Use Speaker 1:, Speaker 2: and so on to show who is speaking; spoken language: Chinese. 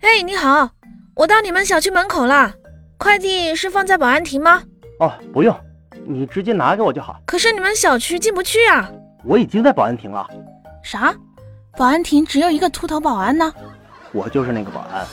Speaker 1: 嘿，你好，我到你们小区门口啦。快递是放在保安亭吗？
Speaker 2: 哦，不用，你直接拿给我就好。
Speaker 1: 可是你们小区进不去啊。
Speaker 2: 我已经在保安亭了，
Speaker 3: 啥？保安亭只有一个秃头保安呢？
Speaker 2: 我就是那个保安。